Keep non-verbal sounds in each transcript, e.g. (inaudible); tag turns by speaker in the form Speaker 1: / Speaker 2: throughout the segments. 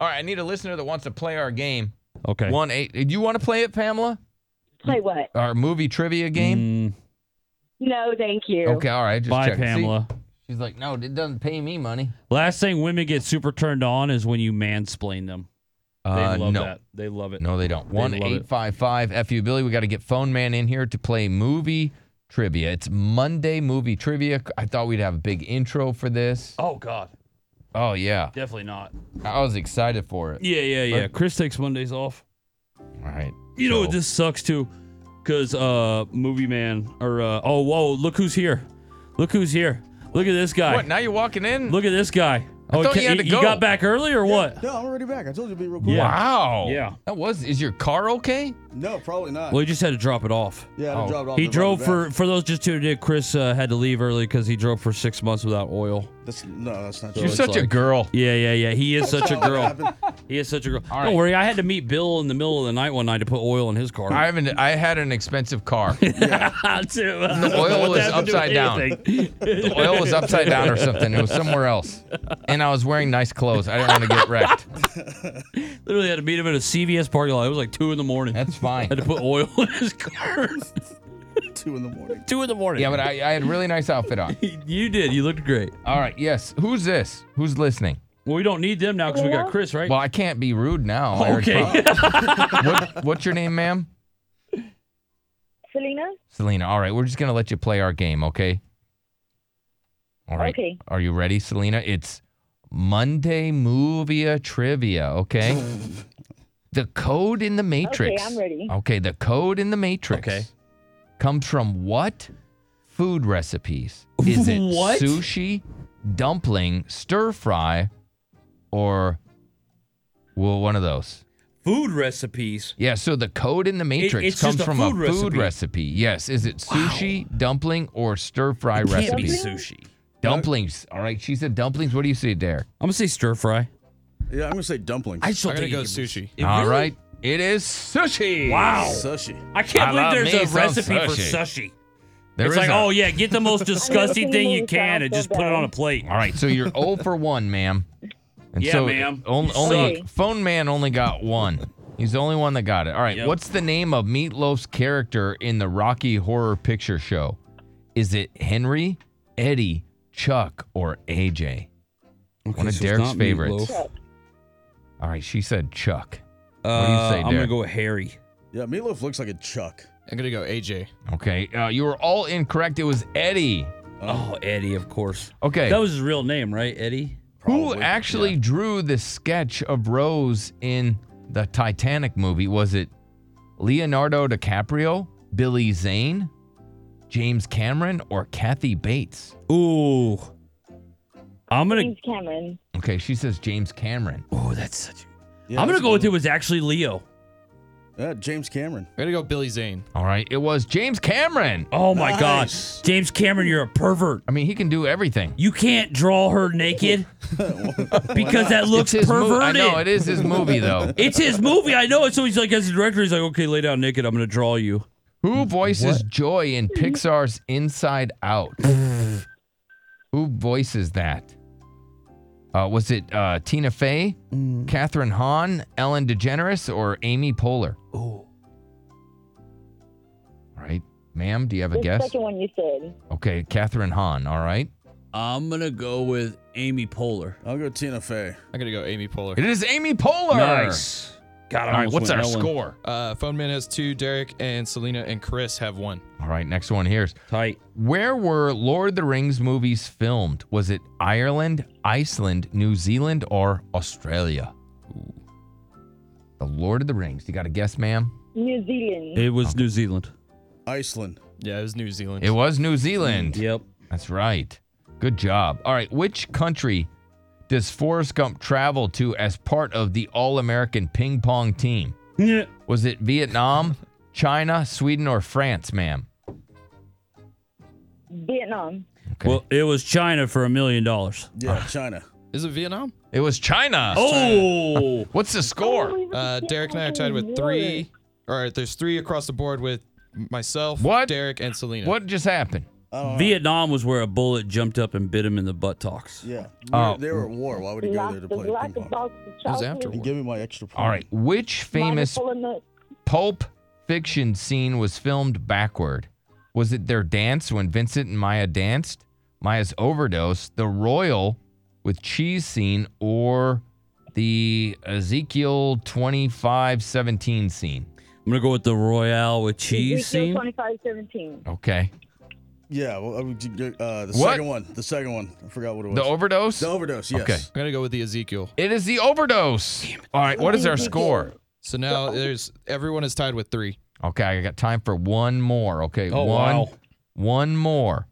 Speaker 1: All right, I need a listener that wants to play our game.
Speaker 2: Okay.
Speaker 1: One eight. Do you want to play it, Pamela?
Speaker 3: Play what?
Speaker 1: Our movie trivia game.
Speaker 2: Mm,
Speaker 3: No, thank you.
Speaker 1: Okay. All right. Just
Speaker 2: bye,
Speaker 1: check. See?
Speaker 2: Pamela.
Speaker 1: she's like, no, it doesn't pay me money.
Speaker 2: Last thing women get super turned on is when you mansplain them. They
Speaker 1: Uh,
Speaker 2: love
Speaker 1: no.
Speaker 2: that. They love it.
Speaker 1: No, they don't.
Speaker 2: They
Speaker 1: One
Speaker 2: love it.
Speaker 1: eight five five FU Billy. We got to get Phone Man in here to play movie trivia. It's Monday movie trivia. I thought we'd have a big intro for this.
Speaker 2: Oh God,
Speaker 1: Oh yeah,
Speaker 2: definitely not.
Speaker 1: I was excited for it.
Speaker 2: Yeah, yeah, yeah. Chris takes Mondays off.
Speaker 1: All right.
Speaker 2: You know what
Speaker 1: So-
Speaker 2: this sucks too, because uh, movie man or uh, oh whoa, look who's here, look who's here, look at this guy,
Speaker 1: What? Now you're walking in?
Speaker 2: look at this guy.
Speaker 1: I
Speaker 2: oh,
Speaker 1: thought you had to go.
Speaker 2: got back early or what?
Speaker 4: No, I'm already back. I told you to be real quick.
Speaker 2: Yeah.
Speaker 1: Wow.
Speaker 2: Yeah.
Speaker 1: That was. Is your car okay?
Speaker 4: No, probably not.
Speaker 2: Well, he just had to drop it off.
Speaker 4: yeah, I
Speaker 1: oh.
Speaker 4: done dropped off.
Speaker 2: He
Speaker 4: and
Speaker 2: drove
Speaker 4: brought it
Speaker 2: for for those just tuned in. Chris uh, had to leave early because he drove for six months without oil.
Speaker 4: back. That's, no, that's not
Speaker 2: So
Speaker 4: true.
Speaker 2: it's
Speaker 1: You're such a
Speaker 2: like-
Speaker 1: girl.
Speaker 2: Yeah, yeah, yeah. He is such a
Speaker 4: That's all that
Speaker 2: girl.
Speaker 4: happened.
Speaker 2: He is such a girl.
Speaker 1: All right.
Speaker 2: Don't worry, I had to meet Bill in the middle of the night one night to put oil in his car. (laughs)
Speaker 1: I haven't. I had an expensive car.
Speaker 2: To, uh,
Speaker 1: The oil
Speaker 2: what
Speaker 1: was
Speaker 2: happened to
Speaker 1: upside down.
Speaker 2: anything. (laughs)
Speaker 1: The oil was upside down or something. It was somewhere else, and I was wearing nice clothes. I didn't want to get wrecked.
Speaker 2: Literally had to meet him at a CVS parking lot. It was like two in the morning.
Speaker 1: That's fine.
Speaker 2: (laughs) had to put oil in his car.
Speaker 4: Two in the morning.
Speaker 2: two in the morning.
Speaker 1: Yeah, but I, I had a really nice outfit on.
Speaker 2: (laughs) you did. You looked great.
Speaker 1: All right. Yes. Who's this? Who's listening?
Speaker 2: Well, we don't need them now because we got Chris, right?
Speaker 1: Well, I can't be rude now. I already
Speaker 2: okay. (laughs)
Speaker 1: told- what, what's your name, ma'am?
Speaker 3: Selena?
Speaker 1: Selena. All right. We're just gonna let you play our game, okay? All right.
Speaker 3: Okay.
Speaker 1: Are you ready, Selena? It's Monday Movie Trivia. Okay.
Speaker 3: (laughs)
Speaker 1: the code in the Matrix.
Speaker 3: Okay, I'm ready.
Speaker 1: Okay. The code in the Matrix.
Speaker 2: Okay.
Speaker 1: Comes from what food
Speaker 2: (laughs)
Speaker 1: recipes? Is it
Speaker 2: What?
Speaker 1: sushi, dumpling, stir fry, or well, one of those?
Speaker 2: Food recipes.
Speaker 1: Yeah, so the code in the matrix
Speaker 2: it's
Speaker 1: comes
Speaker 2: just a
Speaker 1: from a
Speaker 2: food
Speaker 1: food
Speaker 2: recipe.
Speaker 1: recipe. Yes, is it sushi, dumpling, or stir fry
Speaker 2: Can't be
Speaker 1: recipe?
Speaker 2: sushi.
Speaker 1: Dumplings. All right, she said dumplings. What do you see there?
Speaker 2: I'm gonna say stir fry.
Speaker 4: Yeah, I'm gonna say dumplings.
Speaker 2: I just don't
Speaker 5: I'm gonna
Speaker 2: think
Speaker 5: go
Speaker 2: it can be-
Speaker 5: sushi.
Speaker 2: It
Speaker 1: All right,
Speaker 2: really-
Speaker 1: it is sushi.
Speaker 2: Wow.
Speaker 4: Sushi.
Speaker 2: I can't
Speaker 1: I love
Speaker 2: believe
Speaker 1: me
Speaker 2: there's a
Speaker 1: some
Speaker 2: recipe for
Speaker 1: sushi.
Speaker 2: sushi.
Speaker 1: There
Speaker 2: it's
Speaker 1: is
Speaker 2: like,
Speaker 1: a-
Speaker 2: oh yeah, get the most disgusting
Speaker 3: looking
Speaker 2: thing
Speaker 3: at
Speaker 2: you
Speaker 3: it,
Speaker 2: can and
Speaker 3: so
Speaker 2: just put it
Speaker 3: bad.
Speaker 2: on a plate.
Speaker 1: All right, so you're 0 for 1, ma'am. And
Speaker 2: Yeah, ma'am.
Speaker 1: on-
Speaker 2: You
Speaker 1: Only,
Speaker 3: suck.
Speaker 1: phone man only got one. He's the only one that got it. All right,
Speaker 2: Yep.
Speaker 1: what's the name of Meatloaf's character in the Rocky Horror Picture Show? Is it Henry, Eddie, Chuck, or AJ? One of Derek's favorites.
Speaker 3: Chuck.
Speaker 1: All right, she said Chuck.
Speaker 2: Uh,
Speaker 1: do you say,
Speaker 2: I'm
Speaker 1: Derek?
Speaker 2: gonna go with Harry.
Speaker 4: Yeah, meatloaf looks like a chuck.
Speaker 5: I'm gonna go AJ.
Speaker 1: Okay, uh, you were all incorrect. It was Eddie.
Speaker 2: Oh, Eddie, of course.
Speaker 1: Okay,
Speaker 2: That was his real name, right, Eddie?
Speaker 1: who actually drew the sketch of Rose in the Titanic movie? Was it Leonardo DiCaprio, Billy Zane, James Cameron, or Kathy Bates?
Speaker 2: Ooh, I'm gonna.
Speaker 3: James Cameron.
Speaker 1: Okay, she says James Cameron.
Speaker 2: Oh, that's such.
Speaker 4: Yeah,
Speaker 2: I'm gonna
Speaker 4: that's
Speaker 2: go with
Speaker 4: good.
Speaker 2: it was actually Leo.
Speaker 4: Yeah, James Cameron. (laughs)
Speaker 5: I'm gonna go Billy Zane.
Speaker 1: All right, it was James Cameron.
Speaker 2: Oh my
Speaker 4: Nice.
Speaker 2: God, James Cameron, you're a pervert.
Speaker 1: I mean, he can do everything.
Speaker 2: You can't draw her naked
Speaker 1: (laughs)
Speaker 2: because that looks
Speaker 1: It's his mo- I
Speaker 2: perverted.
Speaker 1: know it is his movie
Speaker 2: (laughs)
Speaker 1: though.
Speaker 2: It's his movie. I know it. So he's like, as a director, he's like, okay, lay down naked. I'm gonna draw you.
Speaker 1: Who voices Joy in Pixar's Inside Out? Who voices that? Uh, was it uh, Tina Fey,
Speaker 2: Mm.
Speaker 1: Catherine Hahn, Ellen DeGeneres, or Amy Poehler? All
Speaker 2: Ooh.
Speaker 1: right, ma'am, do you have a
Speaker 3: The
Speaker 1: guess?
Speaker 3: second one you said.
Speaker 1: Okay, Catherine Hahn. All right,
Speaker 2: I'm gonna go with Amy Poehler.
Speaker 4: I'll go Tina Fey.
Speaker 5: I'm gonna go Amy Poehler.
Speaker 1: it is Amy Poehler.
Speaker 2: Nice. God, I
Speaker 1: All right,
Speaker 2: almost
Speaker 1: what's
Speaker 2: went
Speaker 1: our
Speaker 2: that one.
Speaker 1: score?
Speaker 5: Uh, Phone Man has two. Derek and Selena and Chris have one.
Speaker 1: All right, next one here's.
Speaker 2: Tight.
Speaker 1: Where were Lord of the Rings movies filmed? Was it Ireland, Iceland, New Zealand, or Australia? The Lord of the Rings. You got a guess, ma'am?
Speaker 3: New Zealand.
Speaker 2: It was New Zealand.
Speaker 4: Iceland.
Speaker 5: Yeah, it was New Zealand.
Speaker 1: It was New Zealand.
Speaker 2: Yep.
Speaker 1: That's right. Good job. All right, which country does Forrest Gump travel to as part of the All American ping pong team?
Speaker 2: Yeah.
Speaker 1: Was it Vietnam, China, Sweden, or France, ma'am?
Speaker 3: Vietnam.
Speaker 1: Okay.
Speaker 2: Well, it was China for a million dollars.
Speaker 4: Yeah, China.
Speaker 5: Is it Vietnam?
Speaker 1: it was China.
Speaker 2: Oh,
Speaker 1: What's the score?
Speaker 5: Uh, Derek and I are tied with three. All right, there's three across the board with myself,
Speaker 1: What?
Speaker 5: Derek, and Selena.
Speaker 1: What just happened?
Speaker 4: I don't know.
Speaker 2: Oh! Vietnam was where a bullet jumped up and bit him in the buttocks.
Speaker 4: Yeah.
Speaker 1: Oh.
Speaker 4: We're- They were at war. Why would he go
Speaker 3: Lock
Speaker 4: there to
Speaker 3: the
Speaker 4: play
Speaker 3: lock
Speaker 4: ping
Speaker 3: the
Speaker 4: pong?
Speaker 3: box of
Speaker 5: was
Speaker 3: chocolate.
Speaker 5: after
Speaker 4: And give me my extra point.
Speaker 1: All right. Which famous
Speaker 3: Mine are full of nuts.
Speaker 1: pulp fiction scene was filmed backward? Was it their dance when Vincent and Maya danced? Maya's overdose, the royal with cheese scene, or the Ezekiel 2517 scene?
Speaker 2: I'm gonna go with the Royale with cheese
Speaker 3: Ezekiel
Speaker 2: scene.
Speaker 3: 2517.
Speaker 1: Okay.
Speaker 4: Yeah. Well, I would- uh, the
Speaker 1: What?
Speaker 4: second one. The second one. I forgot what it was.
Speaker 1: The overdose?
Speaker 4: The overdose. Yes.
Speaker 1: Okay.
Speaker 5: I'm gonna go with the Ezekiel.
Speaker 1: It is the overdose. All right. What is our score?
Speaker 5: So now there's everyone is tied with three.
Speaker 1: Okay, I got time for one more. Okay,
Speaker 2: Oh,
Speaker 1: one,
Speaker 2: wow.
Speaker 1: one more.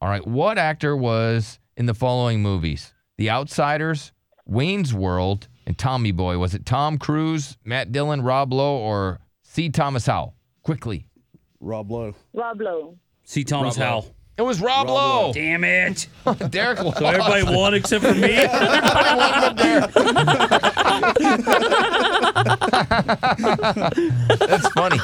Speaker 1: All right, what actor was in the following movies? The Outsiders, Wayne's World, and Tommy Boy. Was it Tom Cruise, Matt Dillon, Rob Lowe, or C. Thomas Howell? Quickly.
Speaker 4: Rob Lowe.
Speaker 3: Rob Lowe.
Speaker 2: See Thomas
Speaker 5: Rob Lowe.
Speaker 2: Howell.
Speaker 1: It was Rob, Lowe.
Speaker 2: Damn it!
Speaker 1: (laughs) Derek lost.
Speaker 2: So everybody won except for me. (laughs)
Speaker 1: (laughs) That's funny.